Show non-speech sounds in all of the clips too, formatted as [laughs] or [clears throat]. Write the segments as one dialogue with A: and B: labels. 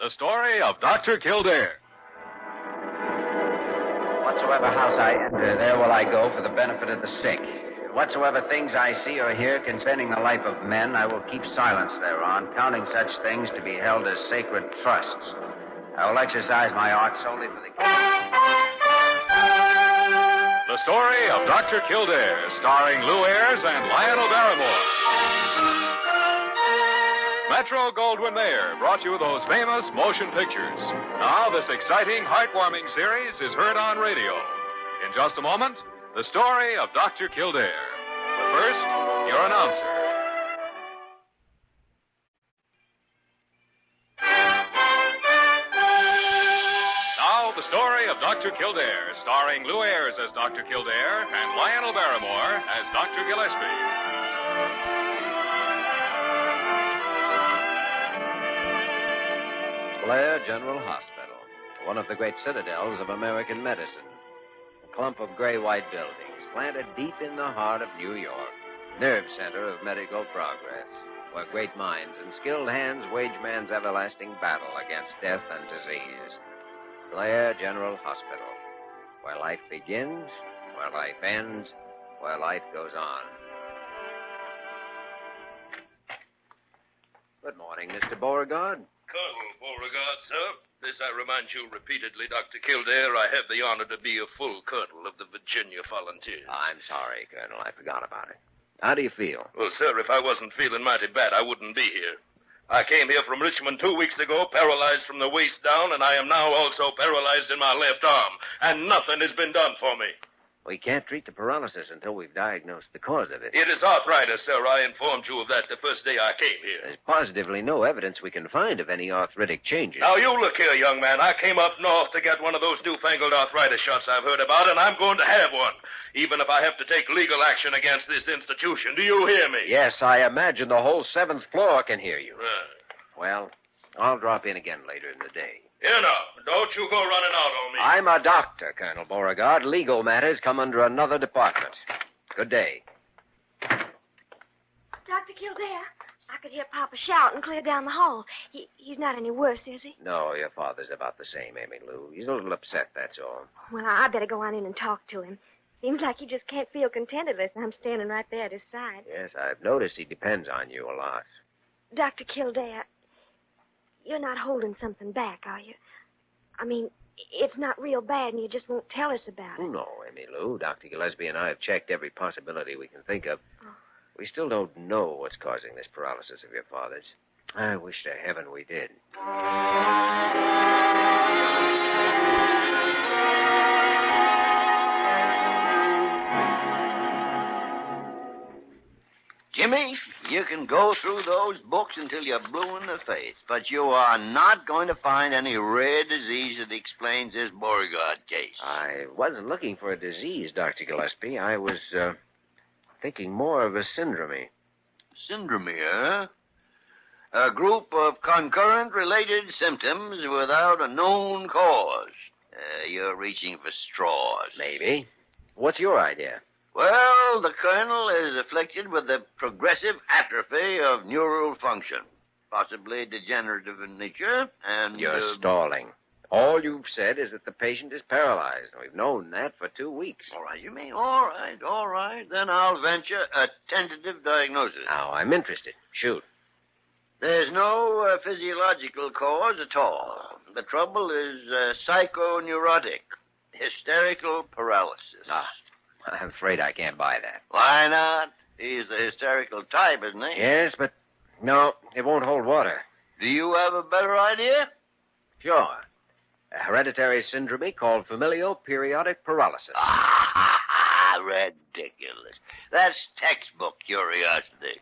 A: The story of Dr. Kildare.
B: Whatsoever house I enter, there will I go for the benefit of the sick. Whatsoever things I see or hear concerning the life of men, I will keep silence thereon, counting such things to be held as sacred trusts. I will exercise my art solely for the.
A: The story of Dr. Kildare, starring Lou Ayres and Lionel Barrymore. Metro Goldwyn Mayer brought you those famous motion pictures. Now, this exciting, heartwarming series is heard on radio. In just a moment, the story of Dr. Kildare. But first, your announcer. Now, the story of Dr. Kildare, starring Lou Ayres as Dr. Kildare and Lionel Barrymore as Dr. Gillespie.
B: Blair General Hospital, one of the great citadels of American medicine. A clump of gray white buildings planted deep in the heart of New York, nerve center of medical progress, where great minds and skilled hands wage man's everlasting battle against death and disease. Blair General Hospital, where life begins, where life ends, where life goes on. Good morning, Mr. Beauregard.
C: Colonel Beauregard, sir. This I remind you repeatedly, Dr. Kildare. I have the honor to be a full colonel of the Virginia Volunteers.
B: I'm sorry, Colonel. I forgot about it. How do you feel?
C: Well, sir, if I wasn't feeling mighty bad, I wouldn't be here. I came here from Richmond two weeks ago, paralyzed from the waist down, and I am now also paralyzed in my left arm. And nothing has been done for me.
B: We can't treat the paralysis until we've diagnosed the cause of it.
C: It is arthritis, sir. I informed you of that the first day I came here.
B: There's positively no evidence we can find of any arthritic changes.
C: Now, you look here, young man. I came up north to get one of those newfangled arthritis shots I've heard about, and I'm going to have one, even if I have to take legal action against this institution. Do you hear me?
B: Yes, I imagine the whole seventh floor can hear you.
C: Uh,
B: Well, I'll drop in again later in the day.
C: here now, don't you go running out on me.
B: I'm a doctor, Colonel Beauregard. Legal matters come under another department. Good day.
D: Dr. Kildare, I could hear Papa shout and clear down the hall. He, he's not any worse, is he?
B: No, your father's about the same, Amy Lou. He's a little upset, that's all.
D: Well, I better go on in and talk to him. Seems like he just can't feel content unless I'm standing right there at his side.
B: Yes, I've noticed he depends on you a lot.
D: Dr. Kildare, you're not holding something back, are you? I mean, it's not real bad and you just won't tell us about it.
B: Oh, no, Emmy Lou. Dr. Gillespie and I have checked every possibility we can think of. We still don't know what's causing this paralysis of your father's. I wish to heaven we did.
E: Jimmy, you can go through those books until you're blue in the face, but you are not going to find any rare disease that explains this Beauregard case.
B: I wasn't looking for a disease, Dr. Gillespie. I was uh, thinking more of a syndrome.
E: Syndrome, huh? A group of concurrent related symptoms without a known cause. Uh, you're reaching for straws.
B: Maybe. What's your idea?
E: Well, the colonel is afflicted with the progressive atrophy of neural function, possibly degenerative in nature, and
B: You're
E: uh,
B: stalling. All you've said is that the patient is paralyzed. and We've known that for two weeks.
E: All right, you mean all right, all right. Then I'll venture a tentative diagnosis.
B: Now, I'm interested. Shoot.
E: There's no uh, physiological cause at all. The trouble is uh, psychoneurotic, hysterical paralysis.
B: Ah. I'm afraid I can't buy that.
E: Why not? He's the hysterical type, isn't he?
B: Yes, but no, it won't hold water.
E: Do you have a better idea?
B: Sure. A hereditary syndrome called familial periodic paralysis.
E: Ah, [laughs] ridiculous. That's textbook curiosity.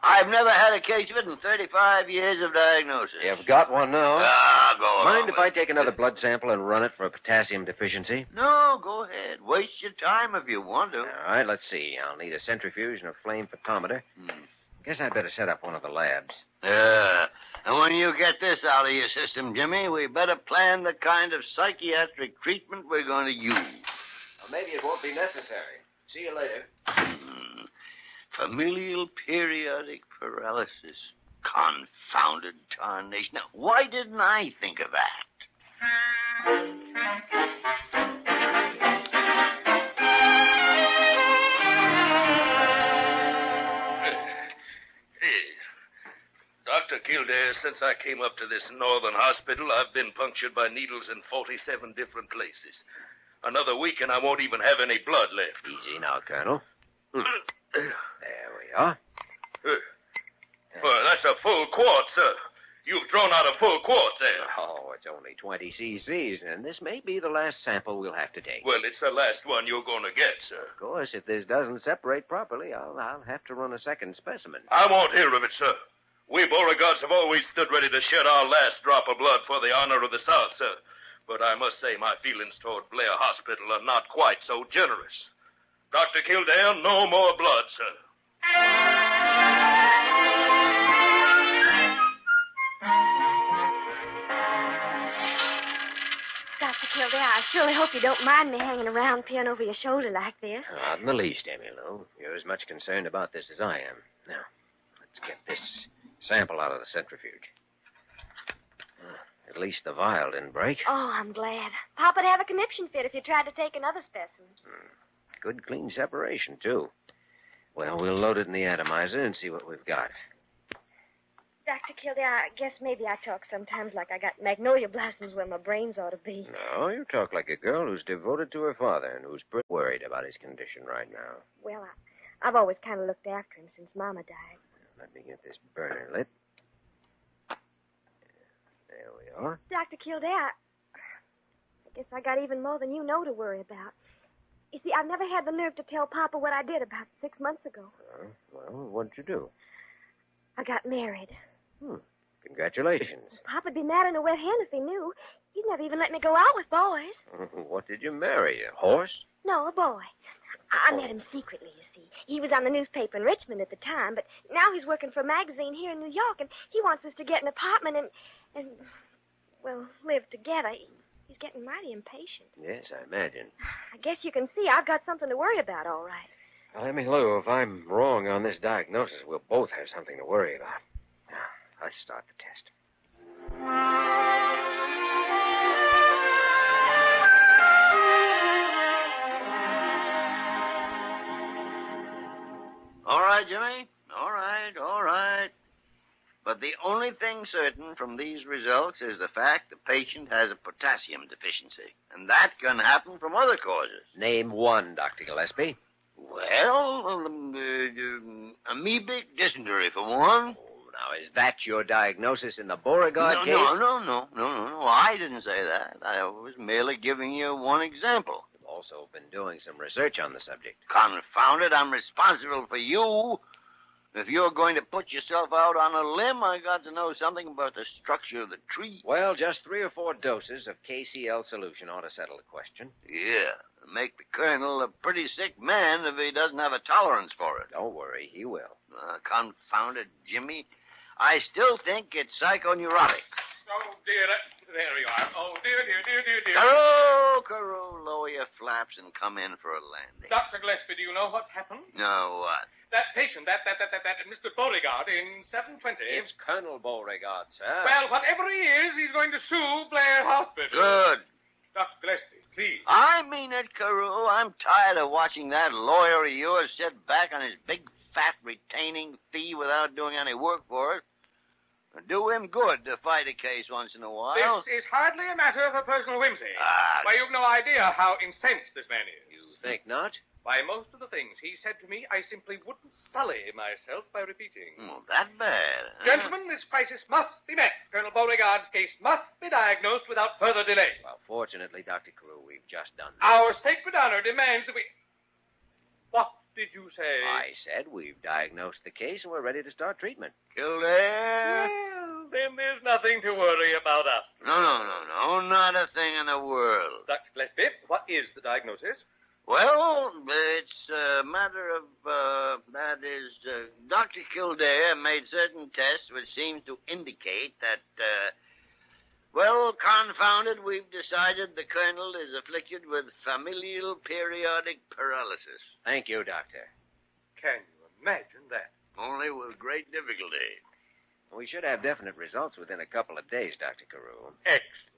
E: I've never had a case of it in 35 years of diagnosis.
B: You've got one now.
E: Ah, go along
B: Mind if
E: with
B: I
E: it.
B: take another blood sample and run it for a potassium deficiency?
E: No, go ahead. Waste your time if you want to.
B: All right, let's see. I'll need a centrifuge and a flame photometer.
E: Hmm.
B: Guess I'd better set up one of the labs.
E: Yeah. And when you get this out of your system, Jimmy, we better plan the kind of psychiatric treatment we're going to use.
B: Well, maybe it won't be necessary. See you later.
E: Hmm. Familial periodic paralysis. Confounded tarnation. Now, why didn't I think of that?
C: Hey, Dr. Kildare, since I came up to this northern hospital, I've been punctured by needles in 47 different places. Another week and I won't even have any blood left.
B: Easy now, Colonel. Hmm. There we are.
C: Well, that's a full quart, sir. You've drawn out a full quart there.
B: Oh, it's only 20 cc's, and this may be the last sample we'll have to take.
C: Well, it's the last one you're going to get, sir.
B: Of course, if this doesn't separate properly, I'll, I'll have to run a second specimen.
C: I won't hear of it, sir. We Beauregards have always stood ready to shed our last drop of blood for the honor of the South, sir. But I must say my feelings toward Blair Hospital are not quite so generous. Dr. Kildare, no more blood, sir.
D: Dr. Kildare, I surely hope you don't mind me hanging around peering over your shoulder like this.
B: Not in the least, Emmy Lou. You're as much concerned about this as I am. Now, let's get this sample out of the centrifuge. Ah, At least the vial didn't break.
D: Oh, I'm glad. Papa'd have a conniption fit if you tried to take another specimen.
B: Good clean separation, too. Well, we'll load it in the atomizer and see what we've got.
D: Dr. Kildare, I guess maybe I talk sometimes like I got magnolia blossoms where my brains ought to be.
B: No, you talk like a girl who's devoted to her father and who's pretty worried about his condition right now.
D: Well, I, I've always kind of looked after him since Mama died.
B: Let me get this burner lit. There we are.
D: Dr. Kildare, I guess I got even more than you know to worry about. You see, I've never had the nerve to tell Papa what I did about six months ago.
B: Uh, well, what'd you do?
D: I got married.
B: Congratulations.
D: Papa'd be mad in a wet hen if he knew. He'd never even let me go out with boys.
B: [laughs] what did you marry? A horse?
D: No, a boy. I I met him secretly, you see. He was on the newspaper in Richmond at the time, but now he's working for a magazine here in New York, and he wants us to get an apartment and, and well, live together. He- He's getting mighty impatient.
B: Yes, I imagine.
D: I guess you can see I've got something to worry about, all right.
B: Well, Emmy Lou, if I'm wrong on this diagnosis, we'll both have something to worry about. Now, let's start the test.
E: All right, Jimmy. All right, all right. But the only thing certain from these results is the fact the patient has a potassium deficiency. And that can happen from other causes.
B: Name one, Dr. Gillespie.
E: Well, um, uh, um, amoebic dysentery for one.
B: Oh, now, is that your diagnosis in the Beauregard
E: no,
B: case?
E: no, no, no, no, no, no. I didn't say that. I was merely giving you one example.
B: You've also been doing some research on the subject.
E: Confound it, I'm responsible for you. If you're going to put yourself out on a limb, I got to know something about the structure of the tree.
B: Well, just three or four doses of KCL solution ought to settle the question.
E: Yeah, make the colonel a pretty sick man if he doesn't have a tolerance for it.
B: Don't worry, he will.
E: Uh, confound it, Jimmy. I still think it's psychoneurotic.
C: Oh, dear. There you are. Oh, dear, dear, dear, dear, dear.
E: Caro, Caro, lower your flaps and come in for a landing.
F: Dr. Gillespie, do you know what's happened?
E: No, what?
F: That patient, that, that, that, that, that Mr. Beauregard in 720.
B: It's Colonel Beauregard, sir.
F: Well, whatever he is, he's going to sue Blair Hospital.
E: Good.
F: Dr. Gillespie, please.
E: I mean it, Carew. I'm tired of watching that lawyer of yours sit back on his big fat retaining fee without doing any work for it. Do him good to fight a case once in a while.
F: This is hardly a matter of a personal whimsy.
E: Ah.
F: Why, you've no idea how incensed this man is.
B: Uh, you think not?
F: By most of the things he said to me, I simply wouldn't sully myself by repeating.
B: Hmm.
E: Well, that bad. huh?
F: Gentlemen, this crisis must be met. Colonel Beauregard's case must be diagnosed without further delay.
B: Well, fortunately, Dr. Carew, we've just done that.
F: Our sacred honor demands that we. What did you say?
B: I said we've diagnosed the case and we're ready to start treatment.
E: Kildare?
F: Well, then there's nothing to worry about uh, us.
E: No, no, no, no. Not a thing in the world.
F: Dr. Gillespie, what is the diagnosis?
E: Well, it's a matter of, uh, that is, uh, Dr. Kildare made certain tests which seem to indicate that, uh, well, confounded, we've decided the colonel is afflicted with familial periodic paralysis.
B: Thank you, Doctor.
F: Can you imagine that?
E: Only with great difficulty.
B: We should have definite results within a couple of days, Dr. Carew.
F: Excellent.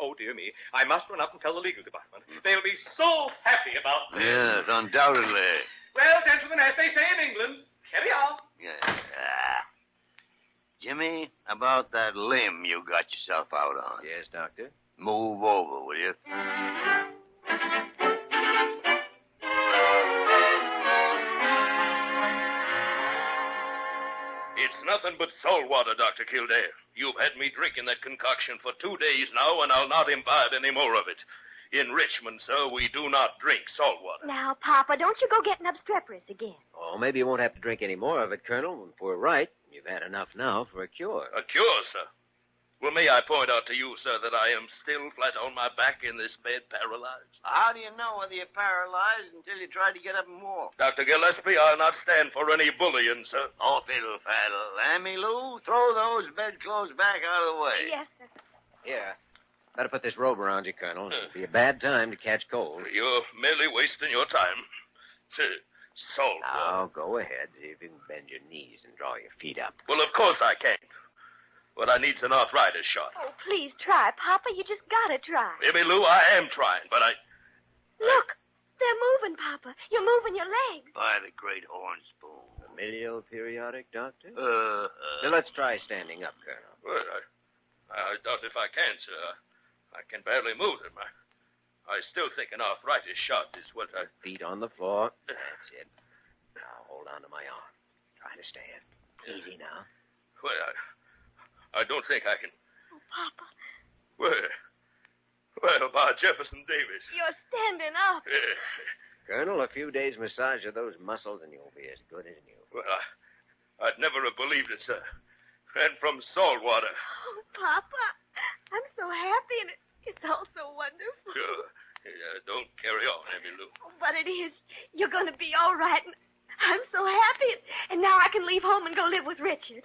F: Oh, dear me. I must run up and tell the legal department. They'll be so happy about this.
E: Yes, undoubtedly.
F: Well, gentlemen, as they say in England, carry on.
E: Yes. Ah. Jimmy, about that limb you got yourself out on.
B: Yes, Doctor.
E: Move over, will you?
C: It's nothing but salt water, Dr. Kildare. You've had me drinking that concoction for two days now, and I'll not imbibe any more of it. In Richmond, sir, we do not drink salt water.
D: Now, Papa, don't you go getting obstreperous again.
B: Oh, maybe you won't have to drink any more of it, Colonel, if we're right. You've had enough now for a cure.
C: A cure, sir. Well, may I point out to you, sir, that I am still flat on my back in this bed, paralyzed?
E: How do you know whether you're paralyzed until you try to get up and walk?
C: Dr. Gillespie, I'll not stand for any bullying, sir.
E: Oh, fiddle faddle. Lammy Lou, throw those bedclothes back out of the way.
D: Yes, sir.
B: Yeah. Hmm. Better put this robe around you, Colonel. It'll be a bad time to catch cold.
C: You're merely wasting your time. Salt water.
B: Now, go ahead. See if you can bend your knees and draw your feet up.
C: Well, of course I can't. But I needs an arthritis shot.
D: Oh, please try, Papa. You just gotta try.
C: Maybe, Lou, I am trying, but I.
D: Look, they're moving, Papa. You're moving your legs.
E: By the great horn spoon.
B: Familial periodic, Doctor?
E: Uh, uh,
B: Now, let's try standing up, Colonel.
C: Well, I, I doubt if I can, sir. I, I can barely move them. I, I still think an arthritis shot is what I.
B: Feet on the floor. That's it. Now, hold on to my arm. Try to stand. Easy now.
C: Well, I, I don't think I can.
D: Oh, Papa,
C: Well, well, by Jefferson Davis. Eh,
D: you're standing up.
C: Yeah.
B: Colonel, a few days massage of those muscles and you'll be as good as new.
C: Well, I, I'd never have believed it, sir. And from salt water.
D: Oh, [laughs] Papa, I'm so happy, and it, it's all so wonderful.
C: Sure. Yeah, don't carry on, Emmy Lou.
D: Oh, but it is. You're going to be all right. And I'm so happy. And, and now I can leave home and go live with Richard.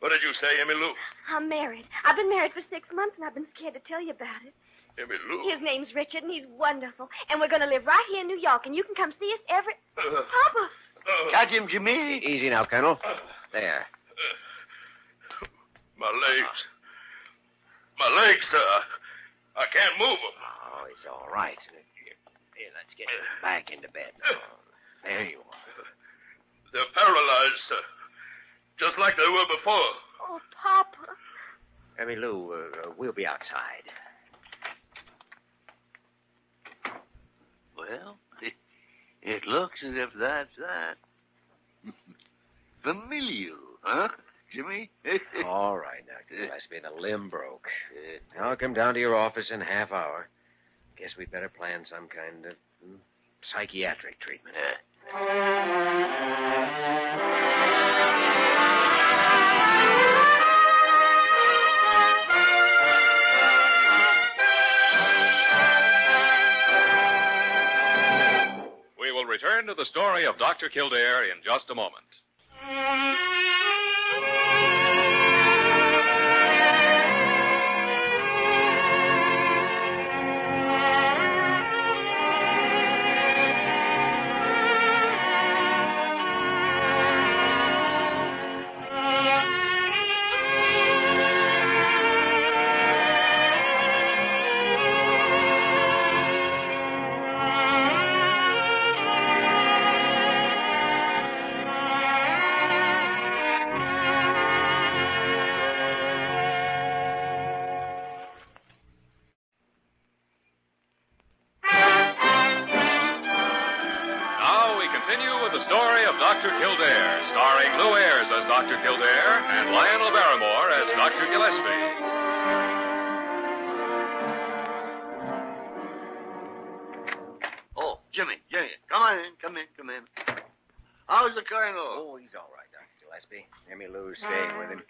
C: What did you say, Emmy Lou?
D: I'm married. I've been married for six months, and I've been scared to tell you about it.
C: Emmy Lou?
D: His name's Richard, and he's wonderful. And we're going to live right here in New York, and you can come see us every.
C: Uh,
D: Papa!
C: uh,
E: Catch him, Jimmy.
B: Easy now, Colonel. There.
C: My legs. My legs, sir. I can't move them.
B: Oh, it's all right. Here, let's get you back into bed. There you are.
C: They're paralyzed, sir. Just like they were before.
D: Oh, Papa.
B: Emmy Lou, uh, uh, we'll be
E: [laughs]
B: outside.
E: Well, [laughs] it, it looks as if that's that. [laughs] Familial, huh, Jimmy? [laughs] Oh.
B: All right, Doctor Gillespie. The limb broke. I'll come down to your office in a half hour. Guess we'd better plan some kind of hmm, psychiatric treatment.
A: We will return to the story of Dr. Kildare in just a moment. Now we continue with the story of Dr. Kildare, starring Lou Ayres as Dr. Kildare and Lionel Barrymore as Dr. Gillespie.
E: Oh, Jimmy, Jimmy, come on in, come in, come in. How's the colonel?
B: Oh, he's all right, Doctor Gillespie. Emmy Lou's staying with him.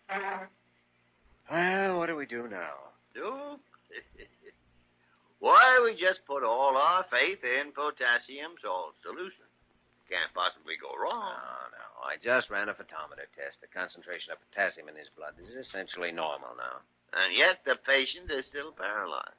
B: Well, what do we do now?
E: Do? [laughs] Why, we just put all our faith in potassium salt solution. Can't possibly go
B: Oh,
E: wrong.
B: no. I just ran a photometer test. The concentration of potassium in his blood is essentially normal now.
E: And yet the patient is still paralyzed.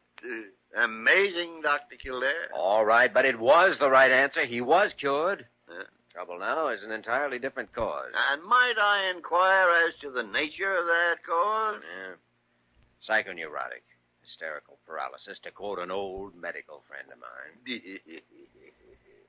E: Amazing, Dr. Kildare.
B: All right, but it was the right answer. He was cured. Uh, Trouble now is an entirely different cause.
E: And might I inquire as to the nature of that cause?
B: [laughs] Yeah. Uh, Psychoneurotic, hysterical paralysis, to quote an old medical friend of mine. Yeah,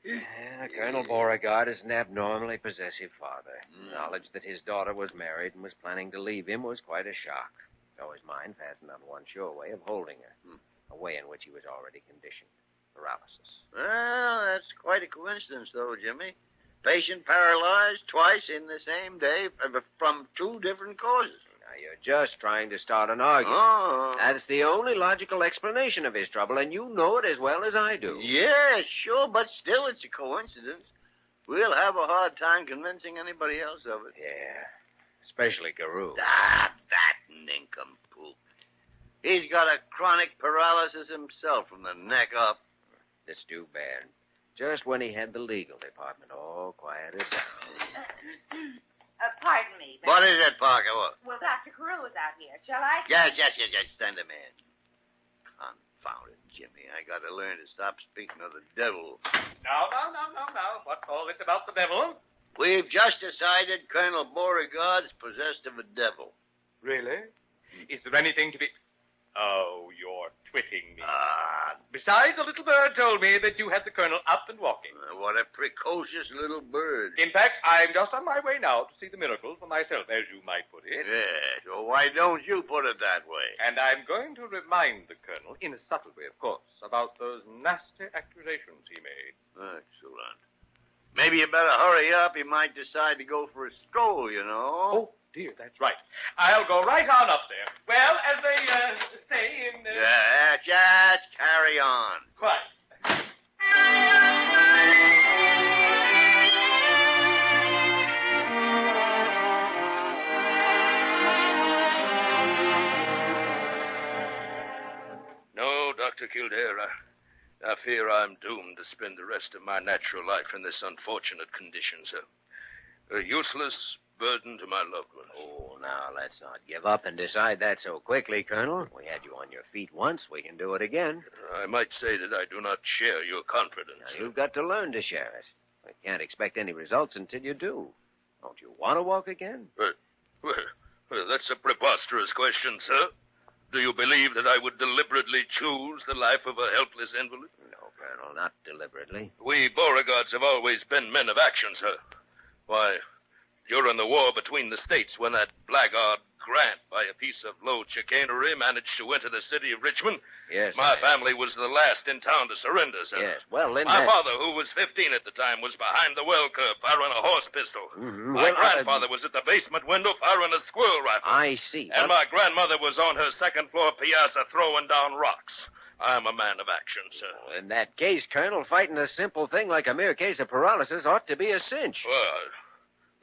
B: Ah, Colonel Beauregard is an abnormally possessive father. The knowledge that his daughter was married and was planning to leave him was quite a shock. So his mind fastened on one sure way of holding her, a way in which he was already conditioned. Paralysis.
E: Well, that's quite a coincidence, though, Jimmy. Patient paralyzed twice in the same day uh, from two different causes.
B: Now, you're just trying to start an argument.
E: Oh.
B: That's the only logical explanation of his trouble, and you know it as well as I do.
E: Yeah, sure, but still it's a coincidence. We'll have a hard time convincing anybody else of it.
B: Yeah. Especially Carew.
E: Ah, that nincompoop. He's got a chronic paralysis himself from the neck up.
B: That's too bad. Just when he had the legal department all quieted down.
G: Uh, [clears throat] pardon me. But,
E: What is it, Parker? What?
G: well, Dr. Carew is out here. Shall I?
E: Yes, yes, yes, yes. Send him in. Confound it, Jimmy. I gotta learn to stop speaking of the devil.
F: Now, now, now, now, now. What's all this about the devil?
E: We've just decided Colonel Beauregard's possessed of a devil.
F: Really?
C: Hmm.
F: Is there anything to be. Oh, you're twitting me.
E: Ah,
F: Besides, the little bird told me that you had the colonel up and walking.
E: what a precocious little bird.
F: In fact, I'm just on my way now to see the miracle for myself, as you might put it.
E: Yes, well, why don't you put it that way?
F: And I'm going to remind the colonel, in a subtle way, of course, about those nasty accusations he made.
E: Excellent. Maybe you better hurry up. He might decide to go for a stroll, you
F: Oh,
E: know.
F: dear, that's right. I'll go right on up there. Well, as they uh, say in. Uh,
E: Yes, yes, carry on.
F: Quite.
C: No, Dr. Kildare, I, I fear I'm doomed to spend the rest of my natural life in this unfortunate condition, sir. A useless burden to my loved ones.
B: Oh, now let's not give up and decide that so quickly, Colonel. We had you on your feet once. We can do it again.
C: I might say that I do not share your confidence.
B: Now, you've got to learn to share it. We can't expect any results until you do. Don't you want to walk again?
C: Well, well, that's a preposterous question, sir. Do you believe that I would deliberately choose the life of a helpless invalid?
B: No, Colonel, not deliberately.
C: We Beauregards have always been men of action, sir. Why, during the war between the states, when that blackguard Grant, by a piece of low chicanery, managed to enter the city of Richmond,
B: Yes.
C: my
B: I-
C: family was the last in town to surrender, sir.
B: Yes. Well, then.
C: My
B: that-
C: father, who was 15 at the time, was behind the well curb firing a horse pistol.
B: Mhm.
C: My
B: Well, I-
C: grandfather was at the basement window firing a squirrel rifle.
B: I see.
C: And my grandmother was on her second floor piazza throwing down rocks. I'm a man of action, sir.
B: Well, In that case, Colonel, fighting a simple thing like a mere case of paralysis ought to be a cinch.
C: Well,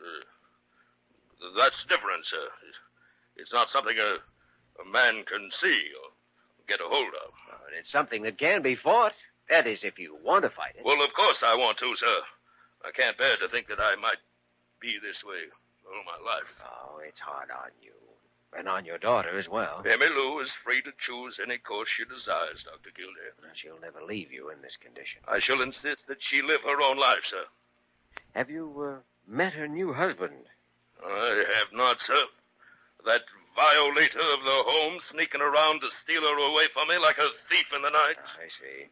C: uh, that's different, sir. It's not something a, a man can see or get a hold of.
B: But it's something that can be fought. That is, if you want to fight it.
C: Well, of course I want to, sir. I can't bear to think that I might be this way all my life.
B: Oh, it's hard on you. And on your daughter as well.
C: Emmy Lou is free to choose any course she desires, Dr. Kildare.
B: Now, She'll never leave you in this condition.
C: I shall insist that she live her own life, sir.
B: Have you uh, met her new husband?
C: I have not, sir. That violator of the home sneaking around to steal her away from me like a thief in the night.
B: Ah, I see.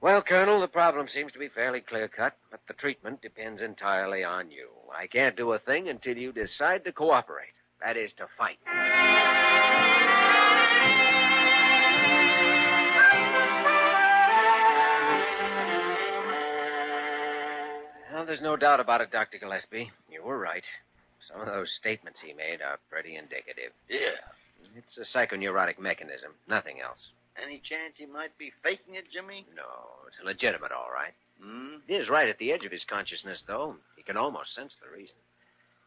B: Well, Colonel, the problem seems to be fairly clear cut, but the treatment depends entirely on you. I can't do a thing until you decide to cooperate. That is, to fight. Well, there's no doubt about it, Dr. Gillespie. You were right. Some of those statements he made are pretty indicative.
C: Yeah.
B: It's a psychoneurotic mechanism, nothing else.
E: Any chance he might be faking it, Jimmy?
B: No, it's legitimate, all right.
E: Hmm?
B: He is right at the edge of his consciousness, though. He can almost sense the reason.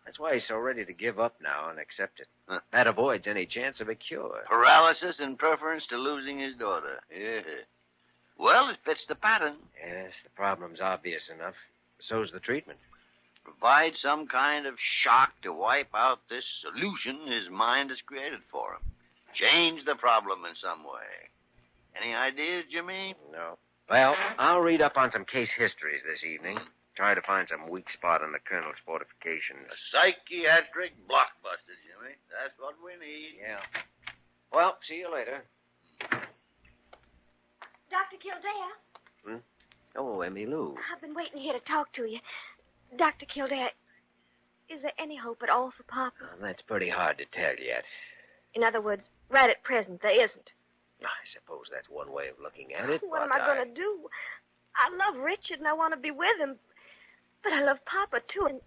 B: That's why he's so ready to give up now and accept it.
E: Huh.
B: That avoids any chance of a cure.
E: Paralysis in preference to losing his daughter. Yeah. Well, it fits the pattern.
B: Yes, the problem's obvious enough. So's the treatment.
E: Provide some kind of shock to wipe out this illusion his mind has created for him. Change the problem in some way. Any ideas, Jimmy?
B: No. Well, I'll read up on some case histories this evening. Try to find some weak spot in the colonel's fortifications.
E: A psychiatric blockbuster, Jimmy. That's what we need.
B: Yeah. Well, see you later.
D: Dr. Kildare,
B: Oh, Emmy Lou.
D: I've been waiting here to talk to you. Dr. Kildare, is there any hope at all for Papa?
B: Well, that's pretty hard to tell yet.
D: In other words, right at present, there isn't.
B: I suppose that's one way of looking at it.
D: What am
B: but
D: I going to do? I love Richard and I want to be with him, but I love Papa too, and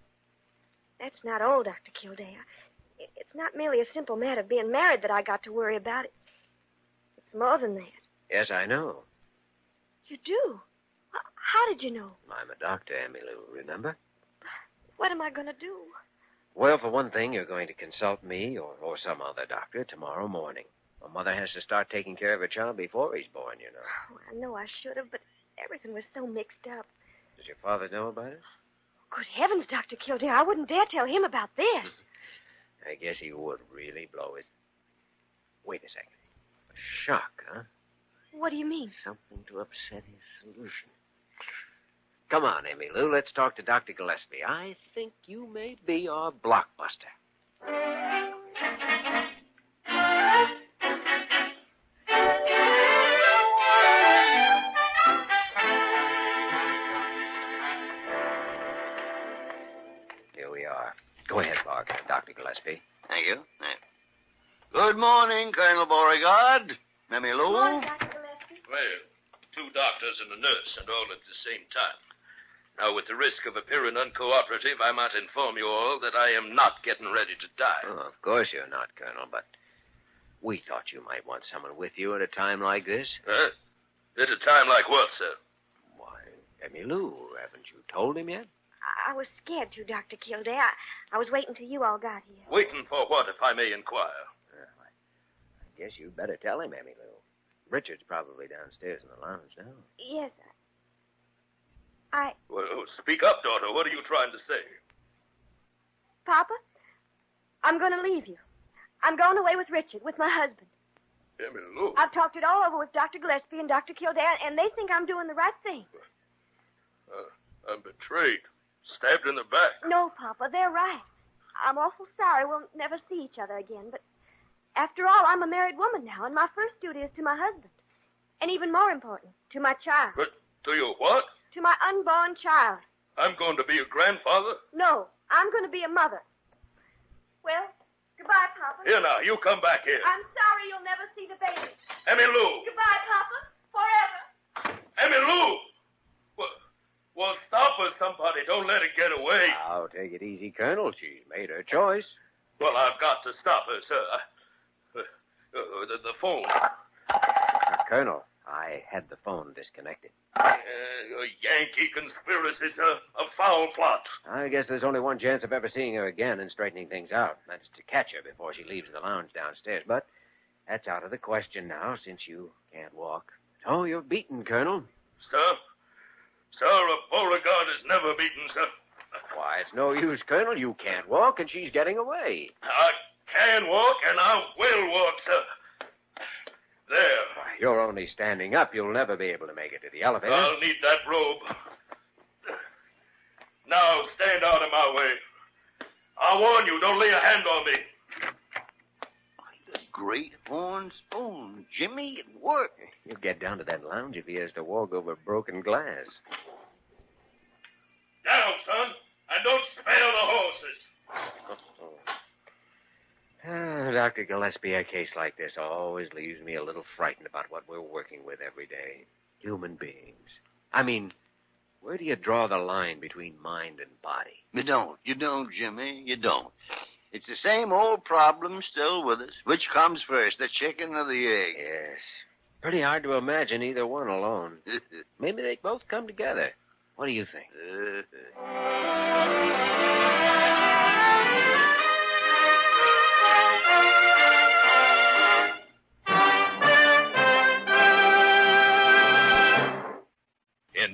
D: that's not all, Dr. Kildare. I- It's not merely a simple matter of being married that I got to worry about it. It's more than that.
B: Yes, I know.
D: You do? H- How did you know?
B: I'm a doctor, Emmy Lou, remember?
D: What am I going to do?
B: Well, for one thing, you're going to consult me or, or some other doctor tomorrow morning. My mother has to start taking care of her child before he's born, you know.
D: Oh, I know I should have, but everything was so mixed up.
B: Does your father know about it?
D: Good heavens, Dr. Kildare, I wouldn't dare tell him about this.
B: I guess he would really blow his. Wait a second. A shock, huh?
D: What do you mean?
B: Something to upset his solution. Come on, Emmy Lou. Let's talk to Dr. Gillespie. I think you may be our blockbuster. Here we are. Go ahead, Barker. Dr. Gillespie.
E: Thank you. Thank you. Good morning, Colonel Beauregard. Mammy Lou.
D: Morning, Dr. Gillespie.
C: Well, two doctors and a nurse, and all at the same time. Now, with the risk of appearing uncooperative, I might inform you all that I am not getting ready to die.
B: Oh, of course you're not, Colonel, but we thought you might want someone with you at a time like this.
C: Huh? At a time like what, sir?
B: Why, Emmy Lou, haven't you told him yet?
D: I, I was scared to, Dr. Kildare. I, I was waiting till you all got here.
C: Waiting for what, if I may inquire?
B: I guess you'd better tell him, Emmy Lou. Richard's probably downstairs in the lounge now.
D: Yes. I, I-
C: Well, speak up, daughter. What are you trying to say?
D: Papa, I'm going to leave you. I'm going away with Richard, with my husband.
C: Emmy Lou.
D: I've talked it all over with Dr. Gillespie and Dr. Kildare, and they think I'm doing the right thing.
C: I'm betrayed. Stabbed in the back.
D: No, Papa, they're right. I'm awful sorry we'll never see each other again, but after all, I'm a married woman now, and my first duty is to my husband. And even more important, to my child,
C: But to you what?
D: to my unborn child.
C: I'm going to be a grandfather?
D: No, I'm going to be a mother. Well, goodbye, Papa.
C: Here now, you come back here.
D: I'm sorry you'll never see the baby.
C: Emmy Lou.
D: Goodbye, Papa. Forever.
C: Emmy Lou. Well, well, stop her, somebody. Don't let her get away.
B: Now, take it easy, Colonel. She's made her choice.
C: Well, I've got to stop her, sir. I- uh, uh, the, the phone.
B: Now, Uh, Colonel, I had the phone disconnected.
C: Uh, a Yankee conspiracy, sir. A foul plot.
B: I guess there's only one chance of ever seeing her again and straightening things out. and That's to catch her before she leaves the lounge downstairs. But that's out of the question now, since you can't walk. Oh, you're beaten, Colonel.
C: Sir? Sir, a Beauregard is never beaten, sir.
B: Why, it's no use, Colonel. You can't walk, and she's getting away.
C: I can walk, and I will walk, sir. There.
B: Why, you're only standing up. You'll never be able to make it to the elevator.
C: I'll need that robe. Now, stand out of my way. I warn you, don't lay a hand on me.
E: The great horn spoon. Jimmy, it worked.
B: He'll get down to that lounge if he has to walk over broken glass.
C: Down, son, and don't spare the horses.
B: Ah, Dr. Gillespie, a case like this always leaves me a little frightened about what we're working with every day. Human beings. I mean, where do you draw the line between mind and body?
E: You don't. You don't, Jimmy. You don't. It's the same old problem still with us. Which comes first, the chicken or the egg?
B: Yes. Pretty hard to imagine either one alone. Maybe they both come together. What do you think?
A: In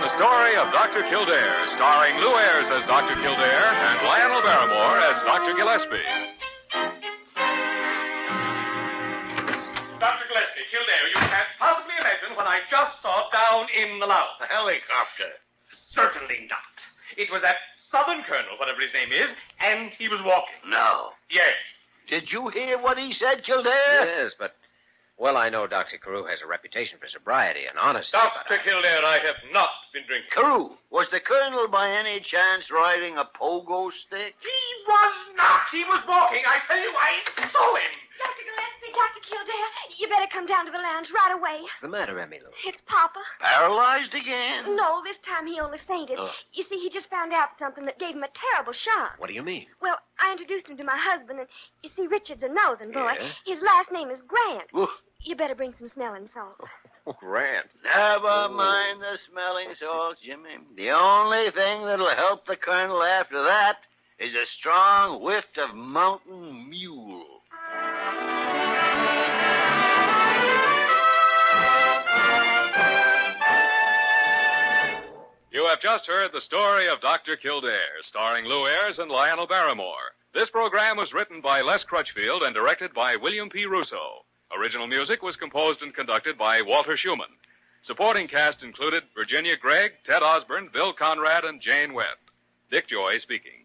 C: the story of Dr. Kildare, starring Lou Ayres as Dr. Kildare and Lionel Barrymore as Dr. Gillespie.
H: Dr. Gillespie, Kildare, you can't possibly imagine what I just saw down in the lounge.
E: A helicopter.
H: Certainly not. It was that Southern Colonel, whatever his name is, and he was walking.
E: [laughs] No.
H: Yes.
E: Did you hear what he said, Kildare?
B: Yes, but. Well, I know Dr. Carew has a reputation for sobriety and honesty. uh,
H: Dr. Kildare, I have not been drinking.
E: Carew, was the colonel by any chance riding a pogo stick?
H: He was not. He was walking. I tell you, I saw him.
D: Dr. Gillespie, Dr. Kildare, you better come down to the lounge right away.
B: What's the matter, Emmy Lou?
D: It's Papa.
E: Paralyzed again?
D: No, this time he only fainted.
B: Oh.
D: You see, he just found out something that gave him a terrible shock.
B: What do you mean?
D: Well, I introduced him to my husband, and you see, Richard's a northern boy.
B: Yeah?
D: His last name is Grant.
B: Woof.
D: You better bring some smelling salts.
B: Grant.
E: Never mind the smelling salts, Jimmy. The only thing that'll help the colonel after that is a strong whiff of mountain mule.
C: You have just heard the story of Dr. Kildare, starring Lou Ayres and Lionel Barrymore. This program was written by Les Crutchfield and directed by William P. Russo. Original music was composed and conducted by Walter Schumann. Supporting cast included Virginia Gregg, Ted Osborne, Bill Conrad, and Jane Webb. Dick Joy speaking.